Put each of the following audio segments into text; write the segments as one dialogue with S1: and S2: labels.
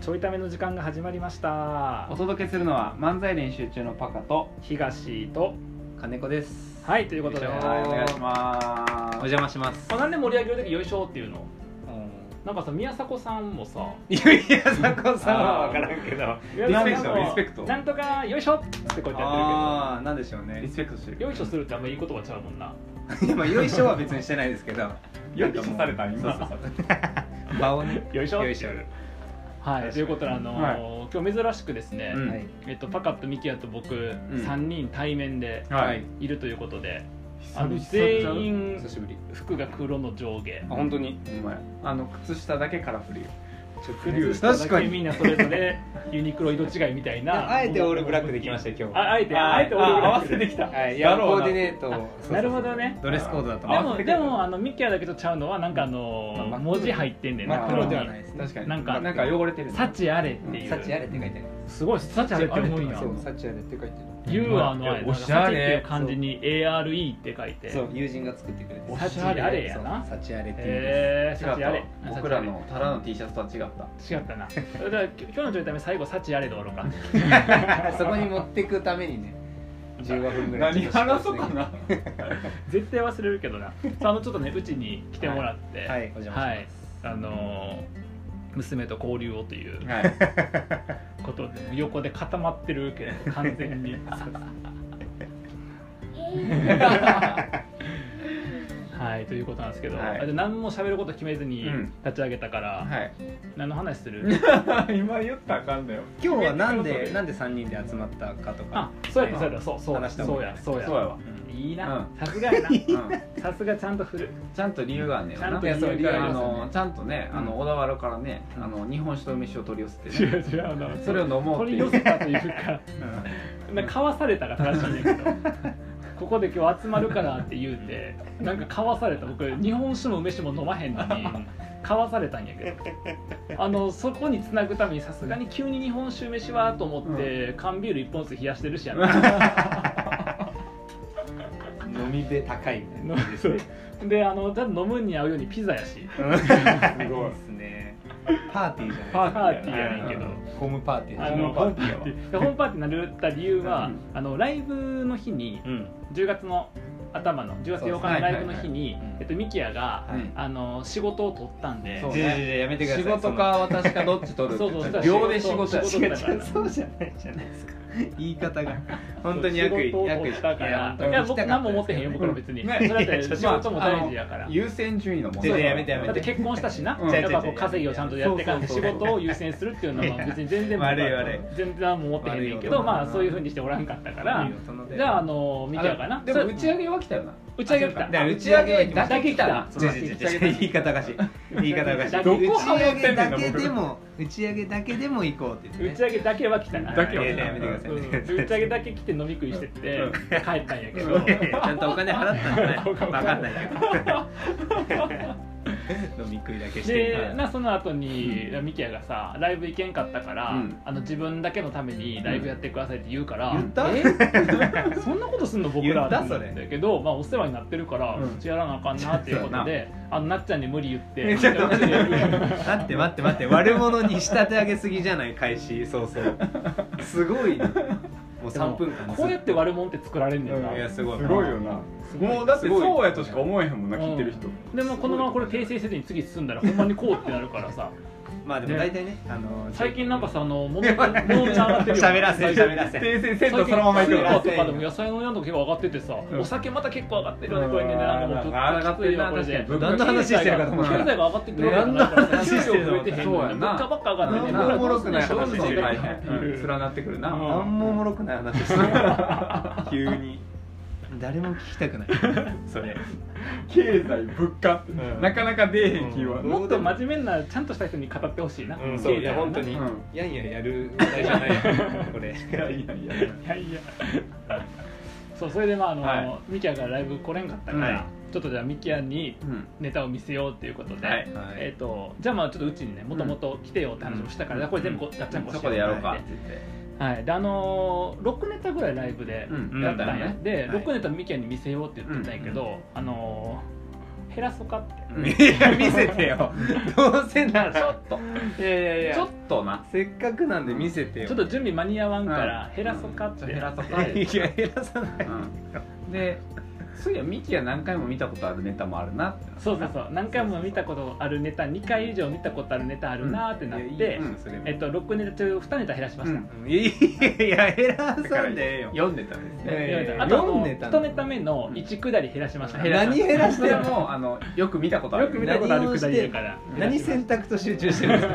S1: ちょいための時間が始まりました
S2: お届けするのは漫才練習中のパカと
S1: 東と
S3: 金子です
S1: はいということで
S3: よいしょ
S2: はいお願いしま
S3: お
S2: す
S3: 邪魔します
S1: まあ、なんで盛り上げる時よいしょっていうのなんかさ宮迫さんもさ
S3: いやいや佐藤さんは分からんけど
S1: リ
S2: スペクトリスペクト
S1: なんとかよいしょってこうやってや
S2: ああなんでしょうねリスペクトして
S1: ってるけ
S2: る
S1: どよいしょ するってあんまいい言葉ちゃうもんな
S3: でもよいしょは別にしてないですけど
S2: よいしょされた今
S3: そうそう そう場をね
S1: よいしょ
S3: よいしょ
S1: はいということであのー今日珍しくですね、
S2: うん
S3: はい
S1: えっと、パカとミキヤと僕、
S2: ん
S1: 3人対面で
S2: はい
S1: いるということで、
S2: 久
S1: あの
S2: 々
S1: 全員
S3: 久しぶり
S1: 服が黒の上下
S3: あ本当に
S2: お前あの靴下だけカラフルよ
S1: 靴下だ
S3: 確か
S1: け
S3: に
S1: みんなそれぞれ ユニクロ色違いみたいな
S3: ああえてオールブラックできましたよ今日
S1: ああえてあえてオールブラックで
S2: きた
S3: はい
S2: だ
S3: や
S2: ろ
S3: コ
S2: う
S3: ー
S2: な
S3: ディネートをそうそうそう
S1: なるほどね
S3: ドレスコードだと
S1: で
S3: 思う
S1: もでもあのミキヤだけとちゃうのはなんかあのー
S3: まあ真っ黒
S1: 文字入ってんねん
S3: 真
S1: な
S3: っ
S1: 黒
S3: 黒
S1: に
S3: ではないですね
S2: 確かに
S1: なんか
S2: なんか汚れてる
S1: 「
S2: ね
S1: 幸あれ」っていう
S3: サチあれって書いてある
S1: すごい「幸あれ」って思うんや
S3: そうサチあれって書いて
S1: 言うわあのあれ「
S2: おし
S1: 幸」
S2: ゃ
S1: ってい
S2: れ
S1: う漢字に「ARE」って書いて
S3: あるそう友人が作ってくれて
S1: おしゃれあれやな
S3: そうサチあれっていうんで
S1: えー、
S2: 違っ
S1: 幸あれ
S2: た僕らのタラの T シャツとは違った
S1: 違ったなだからきょ今日のちょいため最後「幸あれ」で終わろうか
S3: す そこに持ってくためにね15分ぐらい
S2: 何話そうかな
S1: 絶対忘れるけどなさああのちょっとねうちに来てもらって
S3: はいお邪魔します
S1: はいあのー娘と交流をという
S2: はい
S1: ことで横で固まってるけど完全にはいということなんですけど、
S2: はい
S1: あで何も喋ること決めずに
S2: うん
S1: 立ち上げたから、何の話する
S2: 今言ったらあかんだよ
S3: 今日はなんでなんで3人で集まったかとか
S1: あそうやったそうやったそうそう
S3: 話したも
S1: そ
S3: ん
S1: う
S3: ね
S1: やそうや
S2: そうやわ
S3: うん
S1: いいな
S2: う
S1: さすがやな
S2: うん
S1: さすがちゃんと振る
S2: ちゃんと理由があんねんな
S1: ちゃんと
S3: 理由がありますね
S2: あのちゃんとねあの小田原からねあの日本酒と梅酒を取り寄せ
S1: 違う
S2: て ね
S1: 違うあの
S2: それを飲もうって
S1: 取
S2: い
S1: り
S2: う
S1: 寄せたというかなんかかわされたが正しいんだけ どここで今日集まるからって言うてなんかかわされた僕日本酒も梅酒も飲まへんの にかわされたんやけどあのそこにつなぐためにさすがに急に日本酒梅酒はと思って、缶ビール1本ずつ冷やしてるしやな
S3: 飲みべ高いね
S1: であのちゃんと飲むに合うようにピザやし
S3: すごいですねパーティーじゃない
S2: パ
S1: パーティーやねんけど。
S3: ホームパーティー
S1: あの
S3: だね
S1: ホームパーティーいやホームパーティーになるった理由は、
S2: うん
S1: あのライブの日に
S3: うん
S1: 10月の頭の10月8日のライブの日に
S3: そうですねはいはいはい
S1: えっとミキヤが、
S2: はい
S1: あの仕事を取ったんで
S2: そう
S3: じゃじゃじゃやめてください
S2: 仕事か私かどっち取る
S1: そうそうそう
S2: 秒で仕事や
S3: そ
S1: 仕
S3: の
S1: 事
S3: 違う違うそうじゃないじゃないですか言い方が本当に
S1: 仕
S3: 悪意
S1: 事を取
S3: 悪意
S1: ったからいや僕何も持ってへんよ僕ら別に、
S2: うん
S1: それだって
S2: いや
S1: 仕事も大事やから、
S2: 優先順位の問題
S3: いやいややめてやめ
S1: だって結婚したしな、
S2: うん
S1: やっぱこ
S3: 違う違う違
S1: う
S3: う
S1: 稼ぎをちゃんとやってから
S2: そうそ
S1: 仕
S2: うそう
S1: 事を優先するっていうのは別に全然僕は
S3: 悪い悪い
S1: 全然何も持ってへんねんけど
S3: 悪い
S1: まあそういうふうにしておらんかったからじゃああのミキヤかな
S2: でも打ち上げは来たよな
S1: 打ち上げは来た
S2: だから打ち上げは来た
S1: だけ来たな
S3: じゃじゃじゃ言い方がしい言い方がしい
S1: ど
S3: 打
S1: こ
S3: ち上げ
S2: ハ
S3: だ
S2: モってんね
S3: け
S2: ん
S3: で
S2: な
S3: も打ち上げだけでも行こうって言
S1: 打
S3: っ
S1: ち
S3: て
S1: 上げだけは来たな
S2: だけは来た
S3: やめてください
S1: うん
S3: やめてください
S1: 打ち上げだけ来て飲み食いしてって
S2: うん
S1: 帰ったんやけど
S3: いやいやちゃんとお金払ったんじゃない分かんないけど 飲み食いだけして
S1: でなその後にミキヤがさライブ行けんかったから、
S2: うん
S1: あの自分だけのためにライブやってくださいって言うから、
S2: 言った
S1: え そんなことすんの僕
S3: 言
S1: ら
S3: った
S1: って思うんだけど、まあ、お世話になってるから、う
S2: うん
S1: ちやらなあかんなっていうことであのなっちゃんに無理言って
S3: え ちょっ と待って待って待って待って悪者に仕立て上げすぎじゃない開始早々すごいなもう3分間ず
S1: こうやって悪者って作られんねんな、
S2: うん
S3: いやすごい
S2: すごいよな
S1: すごい
S2: もうだってそうやとしか思えへんもんな聞いてる人
S1: でもこのままこれ訂正せずに次進んだらほんまにこうってなる からさ
S3: まあでも大体ねあの
S1: 最近なんかさあのもめもめちゃん上がってるよ
S3: 喋らせ喋らせ
S2: 訂正せんとそのままいく
S1: スーパ
S2: よ
S1: ーとかでも野菜の値段とか結構上がっててさ、
S2: うん
S1: お酒また結構上がってるよねこれねなんかもうずっと
S2: 上がってるな
S1: これで
S2: 確かに
S3: 何の話してるかと思っ
S1: 経
S3: た
S1: 済が上がってってるわけじゃないから給料増えてへんのに物価ばっか上がって
S2: 何
S1: て
S2: もおもろくない話してる
S1: からっ
S2: 大
S1: てい
S2: 変
S1: う
S2: 連なってくる
S1: うん
S2: な
S3: 何もおもろくない話してる 急に誰も聞きたくないそれ
S2: 経済物価って
S3: うん
S2: なかなか出えへん気は
S1: もっと真面目なちゃんとした人に語ってほしいな、
S3: うん
S1: 経済
S3: そういや
S1: はな
S3: 本当に
S2: うん
S3: やんやんやる話題じゃないよこれ
S2: いやいやいや
S1: いやいやそうそれでまああの、
S2: は
S1: ミキヤがライブ来れんかったから、
S2: はい
S1: ちょっとじゃあミキヤに
S2: うん
S1: ネタを見せようっていうことで、
S2: はい
S1: えー、とじゃあまあちょっとうちにねもともと来てよって話もしたから、
S2: うん
S1: これ全部こうガッチャンコし
S2: そ
S1: よう
S2: こでやろうか
S1: ってはい、であのー、6ネタぐらいライブで
S2: うん
S1: やったんや、
S2: やったよね
S1: で
S3: はい
S1: 6ネタミキヤに見せようって言ってたんやけど、あのー減らそかって
S2: うん
S3: いや見せてよどうせな
S2: ちょ
S3: ら
S2: っと
S3: いやいやいや
S2: ちょっとな
S3: せっかくなんで見せてよ
S1: ちょっと準備間に合わんから減らそかって、
S2: うん減らそか
S3: いや減らさない
S2: うんでそういやミキが何回も見たことあるネタもあるなってな
S1: そうそうそう何回も見たことあるネタ2回以上見たことあるネタあるなーってなっ
S3: い
S1: て、
S3: やいいよそれも
S1: えっと、6ネタ中2ネタ減らしました、
S2: うん
S3: いや減らさんでええよ
S2: 読んでたんですね、
S3: ええ
S1: あとあ
S3: 4
S1: の
S3: ネタ
S1: 1ネタ目の1くだり減らしました、
S2: 減ら
S3: 何減らし
S2: そ
S3: て
S2: れ
S3: んの
S2: もあのよく見たことある
S1: よく見たことあるくだりやから
S3: 何
S1: せ
S3: 選択と集中してるんですか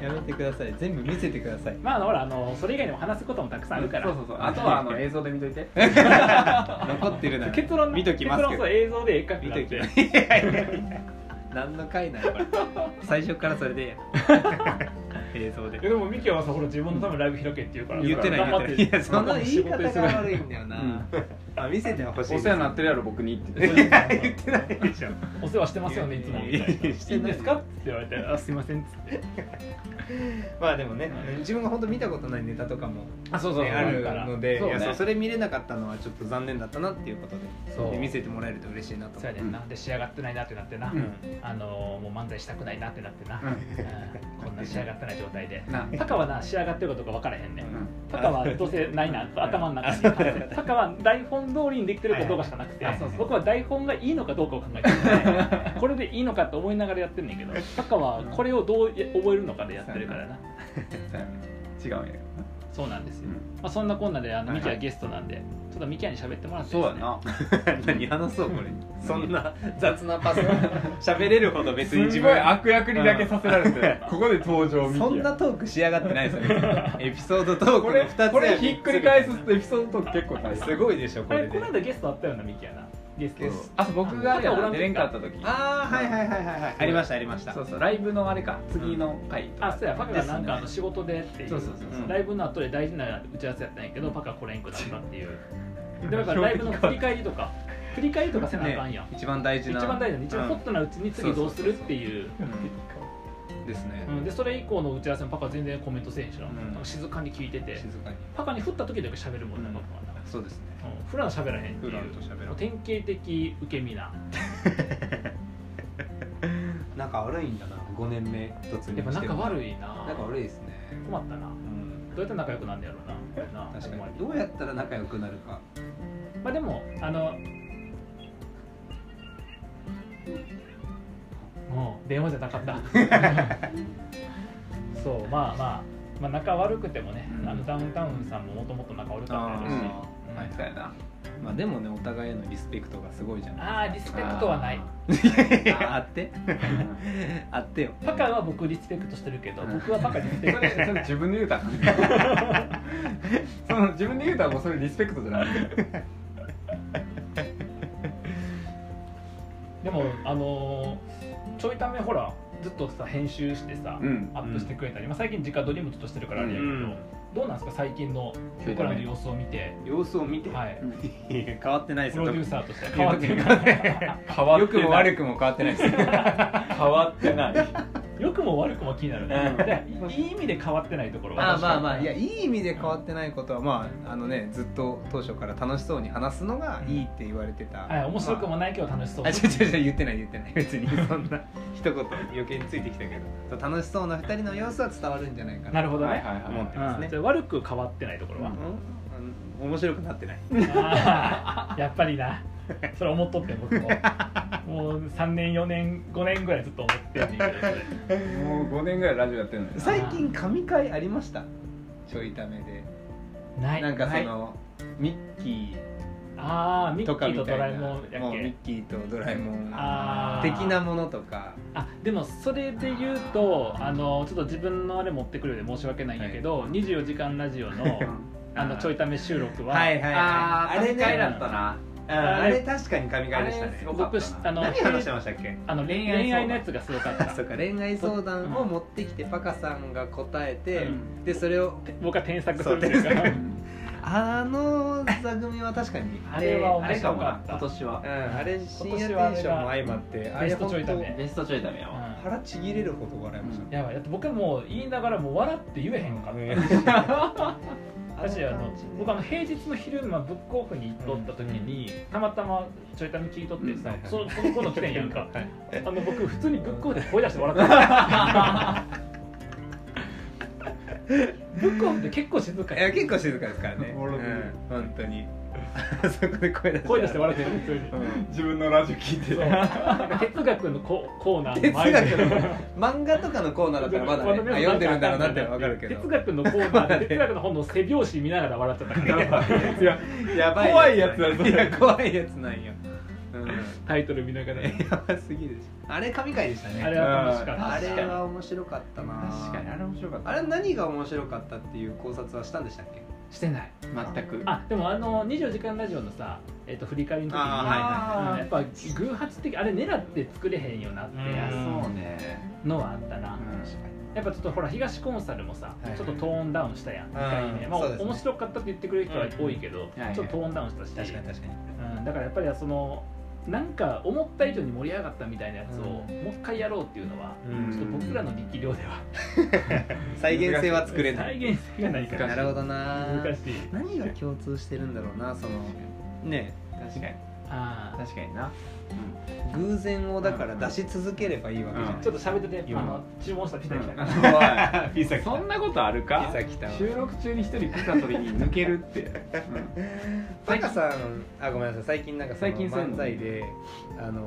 S3: やめてください全部見せてください
S1: まああのほらあのそれ以外にも話すこともたくさんあるから
S2: そうそうそうあとはあの映像で見といて
S3: 残ってるなら
S1: 結論
S3: 見ときますけ
S1: 結論
S3: ど
S1: そう映像でええかって
S3: 見
S1: な
S3: と
S1: っ
S3: いて
S1: て
S3: いやいやいや何の回なんやこれ最初からそれでええやん 映像で
S1: いやでもミキはさほら自分のためにライブ開けって言うから
S3: 言ってない
S1: 頑
S3: 言
S1: 張
S3: ってないいやその言い方
S1: 仕事
S3: が
S1: 忙し
S3: 悪いんだよな、あ見せてほ
S2: お
S3: しい
S2: 世話になってるやろ僕にって言って
S1: いや
S3: 言ってないでしょ
S1: お世話してますよねいつもみたいな「いい
S3: やして
S1: ん
S3: ない
S1: ですか?」って言われて「あすいません」っつって
S3: まあでもね自分が本当見たことないネタとかも、ね
S2: あそうそうそう
S3: あるので
S2: そう
S3: そ,、
S2: ね
S3: いやそうそれ見れなかったのはちょっと残念だったなっていうことで
S1: そう
S3: で見せてもらえると嬉しいなと
S1: そう
S3: 思
S1: や
S3: って
S1: ねんなで仕上がってないなってなってな、
S2: うん
S1: あのーもう漫才したくないなってなってな、
S2: うん
S1: うんこんな仕上がってない状態で
S2: な
S1: タカはな仕上がってることが分からへんねん、
S3: うん
S1: タカはどうせないな頭の中にタカは台本通りにできてるかどうかしかなくて、
S3: はいはいあそうそう
S1: 僕は台本がいいのかどうかを考えてる、これでいいのかって思いながらやってんねんけどタカはこれをどうや覚えるのかでやってるからな
S2: 違うんや
S1: そうなんですよ、まあ、そんなこんなであの
S2: はいはい
S1: ミキはゲストなんでちょっとミキアに喋ってもらってい
S2: そう
S1: いで
S2: や
S1: すね
S2: な
S3: 何話そうこれそんな雑な パス 喋れるほど別
S2: す
S3: に
S2: ん
S3: 自
S2: ごい
S3: 分
S2: 悪役にだけさせられてここで登場ミキや
S3: そんなトーク仕上がってないですよ別 にエピソードトーク
S2: こ
S3: の
S2: れ
S3: 2つや
S2: これ
S3: 三つ
S2: ひっくり返すとエピソードトーク結構大変
S3: すごいでしょこ
S1: あ
S3: れ
S1: れ
S3: で
S1: この間ゲストあったようなミキやなゲスト
S3: ゲス
S2: あそう僕があれや
S1: あ
S2: な
S1: の
S2: 出れんかった時
S3: ああはいはいはいはいはいありましたありました
S2: そうそうライブのあれか次の回とか
S1: あそうやパカがなんかあの仕事でっていう
S2: そうそうそうそう
S1: うんライブの後で大事な打ち合わせやったんやけどパカ来れんくなったっていうでだからライブの振り返りとか振り返りとかせなあかんやん、
S3: ね一番大事
S1: 一
S3: な
S1: 番大事なの一番ホ
S3: う
S1: ッ
S3: ん
S1: トなうちに次どうするっていう
S3: うんですね
S1: うんでそれ以降の打ち合わせもパカ全然コメントせえへんしな,、
S3: うん
S1: なんか静かに聞いてて
S3: 静かに
S1: パカに振った時だけ喋るもんな、
S3: うん
S1: パカはな
S3: そうですね
S1: うん普段喋らへんってい
S3: 普
S1: う
S3: 段と喋らん
S1: もう典型的受け身な
S3: なんか悪いんだな5年目突入
S1: やっぱ仲悪
S3: い
S1: いな
S3: 仲悪いですね
S1: 困ったな
S3: うん
S1: どうやって仲良くなんだやろうなこれな
S3: 確
S1: ほんま
S3: か
S1: に
S3: にどうやったら仲良くなるか
S1: まあでもあのもう電話じゃなかった そうまあまあまあ仲悪くてもね、
S3: うん
S1: あのダウンタウンさんももともと仲悪かったやろうし
S3: あ
S1: うん
S3: はい
S2: そうやな
S3: まあでもねお互いへのリスペクトがすごいじゃない
S1: あーリスペクトはない
S3: ああってあってよ
S1: パカは僕リスペクトしてるけど僕はパカリス
S2: そ
S1: ペクト
S2: れそれ自分で言うたらあかんねその自分で言うたらもうそれリスペクトじゃない
S1: でもあのーちょいためほらずっとさ編集してさ、
S2: うん
S1: アップしてくれたり、まあ、最近直撮りもちょっとしてるからあれやけど、
S3: うん
S1: どうなんですか最近の僕らの様子を見て、
S3: 様子を見て
S1: はい、
S3: いや変わってないです
S1: プロデュー
S3: よ
S1: サーと して変わってるから
S2: 変わ
S3: 良くも悪
S2: く
S3: くも変わってないです
S2: 変わってない
S1: 良くも悪くも気になるね
S2: うん
S1: でいい意味で変わってないところ
S3: まあまあまあい
S1: い
S3: やいい意味で変わってないことはまああのねずっと当初から楽しそうに話すのがいいって言われてた
S1: はい、面白くもないけど楽しそう
S3: あ、違う違う違う言ってない言ってない別にそんな 一言余計についてきたけど楽しそうな二人の様子は伝わるんじゃないかな
S1: なるほどね、
S2: はいはいはい
S3: 思って
S1: うん
S3: ますね
S1: じゃあ悪く変わってないところは、
S3: うん面白くなってない
S1: あーやっぱりなそれ思っとってん僕ももう3年4年5年ぐらいずっと思ってんねんけどそれ
S2: もう5年ぐらいラジオやってるのよな
S3: 最近神回ありましたちょいためで
S1: ない
S3: なんかそ
S1: ない
S3: のミッキ
S1: ああミ
S3: ー
S1: ッ
S3: と
S1: キ
S3: か
S1: ー
S3: み
S1: と
S3: た
S1: ド
S3: いな
S1: ラえもんやっ
S3: もうミッ
S1: け
S3: キーとドラえもん
S1: あー
S3: 的なものとか
S1: あでもそれで言うとあのちょっと自分のあれ持ってくるようで申し訳ないんやけど、24時間ラジオのあのちょいため収録は、
S3: はいはいはい
S2: あーあれ
S3: れ
S2: ね回だ
S1: 神
S2: ったな
S3: うんあれ確かに神回でした
S2: あれ
S3: ね
S2: すごか
S1: 僕
S2: ったな
S1: あの
S3: 何話してましたっけ
S1: あの恋
S2: 恋
S1: 愛
S2: 愛
S1: のやつがすごかった
S3: そうか恋愛相談を持ってきてパカさんが答えて、
S2: うん
S3: でそれを
S1: 僕は添削するという
S3: そう
S1: か
S2: う
S3: あの座組は確かに
S1: あれは
S2: あれ
S1: 面
S2: か
S1: 白
S2: も
S1: か
S2: な
S1: った
S2: 今年
S3: うん
S2: は
S3: あれ深夜テンションも相まってあ
S1: ベ
S3: れ
S1: ストちょいため
S3: 本
S2: ベストちょいダメやわ
S3: 当腹ちぎれるほど笑いましたね、
S1: やばいだって僕はもう言いながらもう笑って言えへんかった、
S3: あ
S1: 私あの僕あの平日の昼間ブックオフに行っとった時に、たまたまちょいたみ聞いとってさ、
S2: うんはいはい
S1: そその子の来てんやんか、
S2: はい
S1: あの僕普通にブックオフで声出して笑った ブックオフって結構静か
S3: いや
S1: や
S3: 結構静かですから ね、う
S2: おもろい
S3: ん、本当にあ そこで声出して
S1: 声出して笑ってる普通に、
S3: うん
S2: 自分のラジオ聞いて
S1: そうなんか哲学のココーナー
S3: 哲
S1: の前で
S3: 学の漫画とかのコーナーだった らまだねあ読んでるんだろうなってわかるけど
S1: 哲学のコ ーナーで哲学の本の背表紙見ながら笑っちゃったから
S2: いや
S3: やばい
S2: 怖いやつだそれ
S3: いや怖いやつなんよ、うん、
S1: タイトル見ながら
S3: やばすぎるでしょあれ神回でしたね
S1: あれは楽しかった
S3: あれ
S1: 確かに
S3: は面白かったな
S2: 確かにあれ面白かった
S3: あれ何が面白かったっていう考察はしたんでしたっけ
S2: してない全く
S1: あでもあの『24時間ラジオ』のさ、えっと振り返りの時に、
S3: あ
S1: うんやっぱ偶発的あれ狙って作れへんよなって
S2: いや
S1: いう
S2: そうね
S1: のはあったな、
S3: 確かに
S1: やっぱちょっとほら東コンサルもさ、
S2: いはい
S1: ちょっとトーンダウンしたやん、2回目、
S3: うん
S1: まあ、
S3: そうですね
S1: 面白かったって言ってくれる人は多いけど、
S2: うんはいはい
S1: ちょっとトーンダウンしたし、
S3: 確かに確かに
S1: うん、だからやっぱりそのなんか思った以上に盛り上がったみたいなやつを、
S2: うん
S1: もう一回やろうっていうのは、
S3: うん
S1: ちょっと僕らの力量では
S3: 再現性 は作れない
S1: 再現性がないから
S3: なるほどな
S1: 難しい
S3: 何が共通してるんだろうなそのね
S2: 確かに
S1: あー
S2: 確かにな
S3: 偶然をだから出し続ければいいわけじゃない、
S1: ちょっと喋ってて、
S2: うん
S1: あの注文したピザ来たから、
S3: 怖い
S2: ピザそんなことあるか
S3: ピザ来たわ
S2: 収録中に一人ピザ取りに抜けるって、うん
S3: タカさんあごめんなさい最近なんかその
S2: 最近そういうの
S3: 漫才であの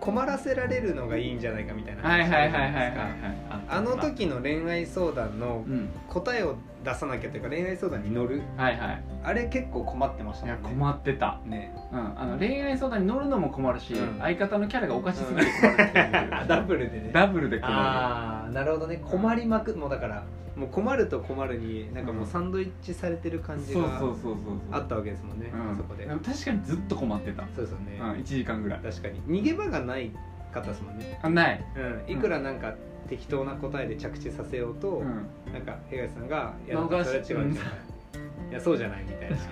S3: 困らせられるのがいいんじゃないかみたい な
S2: はいはいはいはい
S3: あるじ
S2: は
S3: ゃ
S2: いはい
S3: なですかあの時の恋愛相談の
S2: うん
S3: 答えを出さなきゃというか恋愛相談に乗る
S2: はいはい
S3: あれ結構困ってました
S2: い
S3: もん
S2: や
S3: ね
S2: 困ってた、
S3: ね
S2: うん、あの恋愛相談に乗るのも困るし、
S3: うん
S2: 相方のキャラがおかしすぎて困るって
S3: あ
S2: い
S3: ダブルでね
S2: う ダブルで困
S3: ああなるほどね困りまくもうだからもう困ると困るになんかもうサンドイッチされてる
S2: る
S3: 感じ
S2: そう
S3: が
S2: そうそうそうそう
S3: あったわけですもんね
S2: うん、
S3: そこで
S2: も確かにずっと困ってた、
S3: そうですよね、
S2: うん、1時間ぐらい
S3: 確かに逃げ場がない方ですもんね
S2: あない、
S3: うん、いくらなんか適当な答えで着地させようと、
S2: うん、
S3: なんか江口さんが「いや
S2: 逃し
S3: それは違うんじゃない」いやそうじゃないみたいなそう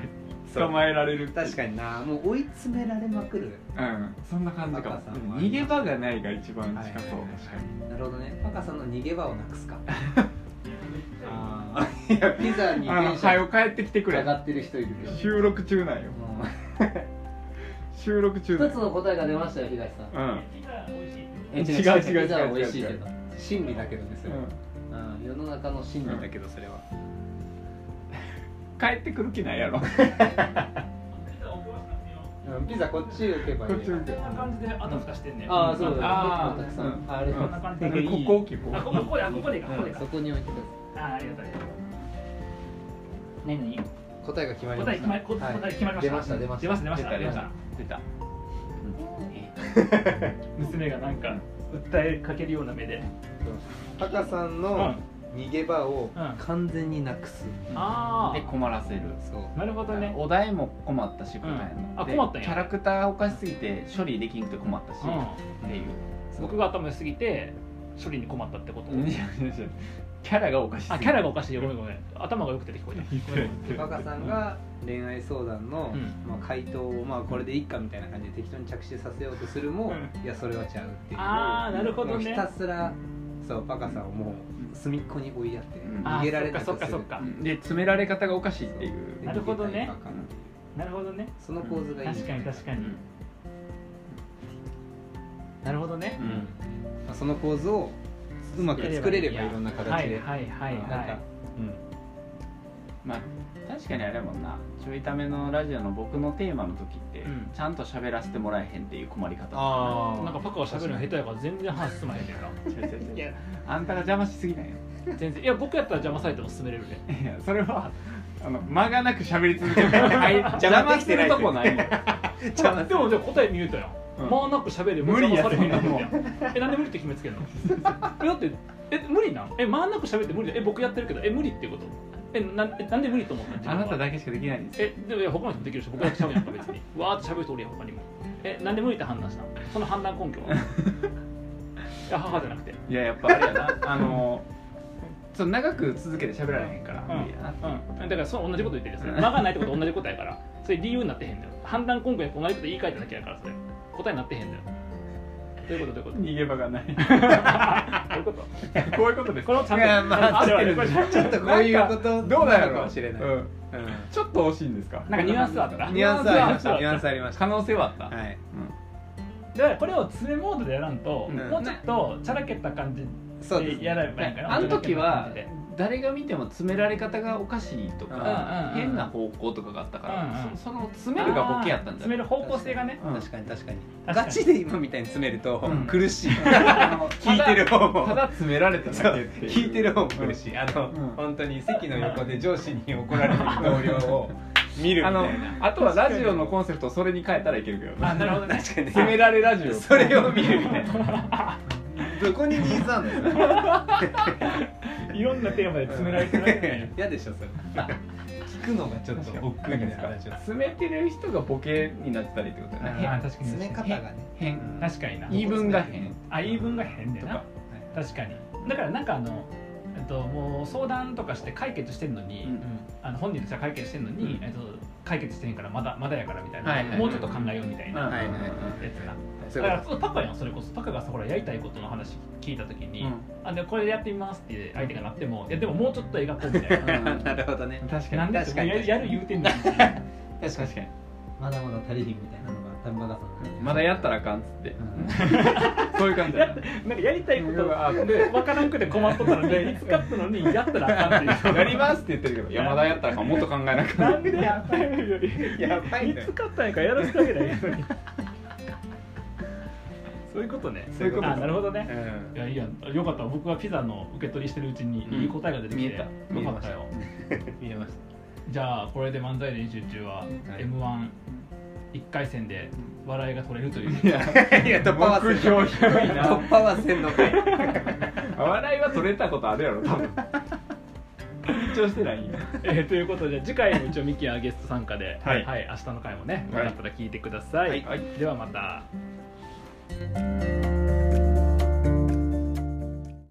S2: 捕まえられる
S3: 確かになもう追い詰められまくる
S2: うん、そんな感じか
S3: 赤さんは
S2: も逃げ場がないが一番近そう、
S3: はいはいはい
S2: 確かに
S3: なるほどねパカさんの逃げ場をなくすか あーいやピザに
S2: あの
S3: 電車
S2: 早く帰ってきてく
S3: 上
S2: れ
S3: がってる人いるけど
S2: 収録中なんよ
S3: もう
S2: 収録中なん
S3: 一つ
S2: よ
S3: の答えが出ましたよ東さん
S2: うん
S1: ピザ美味しい
S2: え違う
S3: ピ
S2: 違う違う違う
S3: ザは美味しいけど真理だけどねそれ
S2: う
S3: は、
S2: ん
S3: うん世の中の真理だけどそれは、
S2: 帰ってくる気ないやろこ
S3: うんピザこっち受けばいい
S2: っち向け
S1: こんな感じであたふたしてんねん
S3: ああそうだ
S2: あー
S3: 結構たくさんあ
S2: う
S3: れ
S2: ん
S1: こんな感じで
S2: で
S1: い
S2: こ
S1: い
S2: こ置きこ
S1: あここここであここでかここでか
S3: そこに置いてくださ
S1: あーありがとうありがとう何何
S3: い答えが決まりま
S1: 答え
S3: し
S1: 決まり
S3: た
S1: 答
S3: は
S1: え
S3: い
S1: 決まりました
S3: 出まし
S1: 出
S3: た出
S1: ま
S3: ま
S1: し
S3: し
S1: 出ました
S3: た
S1: 出ました
S2: 出た
S1: 娘がなんか訴えかけるような目で
S3: タカさん
S1: うん
S3: の逃げ場を
S1: うん
S3: 完全になくす
S1: あ
S2: で困らせる
S3: そう
S1: なるほどね
S2: お題も困ったし答え
S1: う
S2: も、
S1: んあ
S2: で
S1: 困ったんや
S2: キャラクターおかしすぎて処理できなくて困ったし、
S1: う
S2: っ
S1: ん
S2: ていう
S1: 僕が頭良すぎて処理に困ったってこと
S2: いやいやいやキャラがおかしすぎ
S1: あ
S2: て
S1: キャラがおかしいよごめんごめん頭が良くて聞こえたごめん
S3: でタカさんが恋愛相談の、
S1: うん
S3: まあ、回答を、まあ、これでいいかみたいな感じで適当に着手させようとするも、
S1: う
S3: いやそれはちゃうっていう
S1: あーなるほどね
S3: もうひたすらそうパカさんをもう隅っこに追いやって
S2: うん
S1: あ
S3: 逃げられ
S1: ー
S3: なくす
S1: そっ
S3: る
S1: かそっかそっか
S2: うんで詰められ方がおかしいっていう
S1: なるほどね
S3: 逃げたいパカ
S1: なるほどね
S3: その構図がいい
S1: 確かに確かになるほどね
S2: うん
S3: まあその構図をうまく作れればいろんな形で、
S1: はいはいはい
S3: なん
S1: は
S3: か
S1: い、
S2: まあ確かにあれやもんなちょいためのラジオの僕のテーマの時って、
S1: うん
S2: ちゃんと喋らせてもらえへんっていう困り方
S3: あ
S1: なんかパカは喋るの下手やから全然話進まへんねんな
S2: 違う違う 違う
S3: いや
S2: あんたが邪魔しすぎないよ
S1: 全然いや僕やったら邪魔されても進めれるね
S2: いやそれはあの間がなく喋り続けるはい邪魔するとこないもん
S3: 邪魔する
S1: でもじゃあ答え見えたやん
S2: うん
S1: 間なく喋れば
S2: 無理や
S1: 邪魔されへんやんもうえなんで無理って決めつけんの えだってえ無理なんえ間なく喋って無理だえ僕やってるけどえ無理ってことえなんえなんで無理と思ったん自
S2: あ
S1: 分は
S2: なただけしかできないんですよ
S1: えでもいや他の人もできるし僕だけ喋るやんか別に わーって喋る人おるやん他にもえなんで無理って判断したのその判断根拠 はいや母じゃなくて
S2: いややっぱあれやなあのちょっと長く続けて喋られへんから、無理やな
S1: うん、だからそう同じこと言ってるよそれ間がないってことは同じことやからそれ理由になってへんだよ判断根拠に同じこと言い換えただけやからそれ答えになってへんだよどういうことどういうこと
S2: 逃げ場がない
S1: どういうこと
S2: こういうことです
S1: これをちゃん
S3: い
S1: と
S3: やまあ
S1: ち
S3: ち
S1: ょ
S3: ょ
S1: っ
S3: っ
S1: と
S3: とちょっとこういうこ
S2: な
S3: と
S2: んかどうなんや
S3: の
S2: ろ
S3: かもしれない、
S2: うん
S3: う
S2: ちょっと惜しいんですか
S1: なんかニュアンスあったなん
S3: ニュアンスありまし
S1: ニュアンスあ
S3: た
S1: る
S3: ニュアンスありました
S2: 可能性はあった、
S3: はい
S1: でこれを詰めモードでやらんと、
S2: うん
S1: もうちょっとチャラけた感じ
S3: そうです
S1: でやればいいんかな
S2: あの時は
S1: うん
S2: 誰が見ても詰められ方がおかしいとか、
S1: うんうんうん
S2: 変な方向とかがあったから、
S1: うんうん
S2: そその詰めるがボケやったんじゃ
S1: 詰める方向性がね
S2: うん
S3: 確かに確かに
S1: 確かに
S3: ガチで今みたいに詰めると
S2: うん
S3: 苦しい、
S2: 聞
S3: 聞いてる方も
S2: ただ詰められた
S3: そ
S2: だ
S3: う
S2: けっていう
S3: 聞いてる方も苦しい、あの、
S2: うん
S3: 本当に席の横で上司に怒られてる同僚を見るみた
S2: あ
S3: いな
S2: の あとはラジオのコンセプトをそれに変えたらいけるけど
S1: あ
S2: ね
S1: なるほどね
S3: 確かに
S2: 詰められラジオ
S3: それを見るみたいなどこにニーズあんの
S1: いろんなテーマで詰められてるわけね
S3: 嫌でしょそれ聞くのがちょっと億劫みたいな話を
S2: 詰めてる人がボケになってたりってことだ
S1: あ
S2: ね
S1: ー確かに
S3: 詰め方がね
S2: 変
S3: うん
S1: 確かにな
S2: 言い分が変
S1: あ言い分が変で
S2: と
S1: な
S2: か、
S1: 確かにだからなんかあのえっと、もう相談とかして解決してるのに、
S2: うん
S1: あの本人たちは解決してるのに、
S2: うん
S1: えっと、解決してへんからまだまだやからみたいな、
S2: はいはいはい
S1: もうちょっと考えようみたいなや
S3: はいはいはい
S1: つな、
S3: そう
S1: だ
S3: い
S1: か
S3: う
S1: ら
S3: こ
S1: そうタカやんそれこそタカがさほらやりたいことの話聞いた時に、あでこれでやってみますって相手がなってもいやでももうちょっと描こうみたいな
S2: ら
S3: となるほどね
S2: 確かに
S1: なんでって
S3: 確かに
S1: やるやる言うてんのに
S2: 確かに確かに
S4: まだまだ足りひんみたいなのが多分まださん
S2: まだやったらあかんっつって、そういう感じ
S1: や
S2: だよね
S1: なんかやりたいことが
S2: あ
S1: で分からんくて困っとったのでいつかったのにやったらあかんっていう
S2: やりますって言ってるけどいやまだやったらあかんもっと考えなく
S1: なんでやったんより
S3: やばいんだよ
S1: つかったんやからやらせてあげたらいいのにそういうことね
S3: そういうこと
S1: あなるほどね
S3: うん
S1: いやいいやよかった僕がピザの受け取りしてるうちにいい答えが出てきて、
S2: 見えた
S1: よかったよ
S3: 見えました
S1: じゃあこれで漫才練習中は m 1 1回戦で笑いが取れるという
S2: いや
S3: いや突破はせん
S2: 目標低いな
S3: 突破はせんのかい
S2: 笑いは取れたことあるやろ多 分緊張してないんや
S1: えーということで次回も一応ミキはゲスト参加で、
S2: はい
S1: 明日の回もねよかったら聞いてください、
S2: はい
S1: ではまた。
S2: 「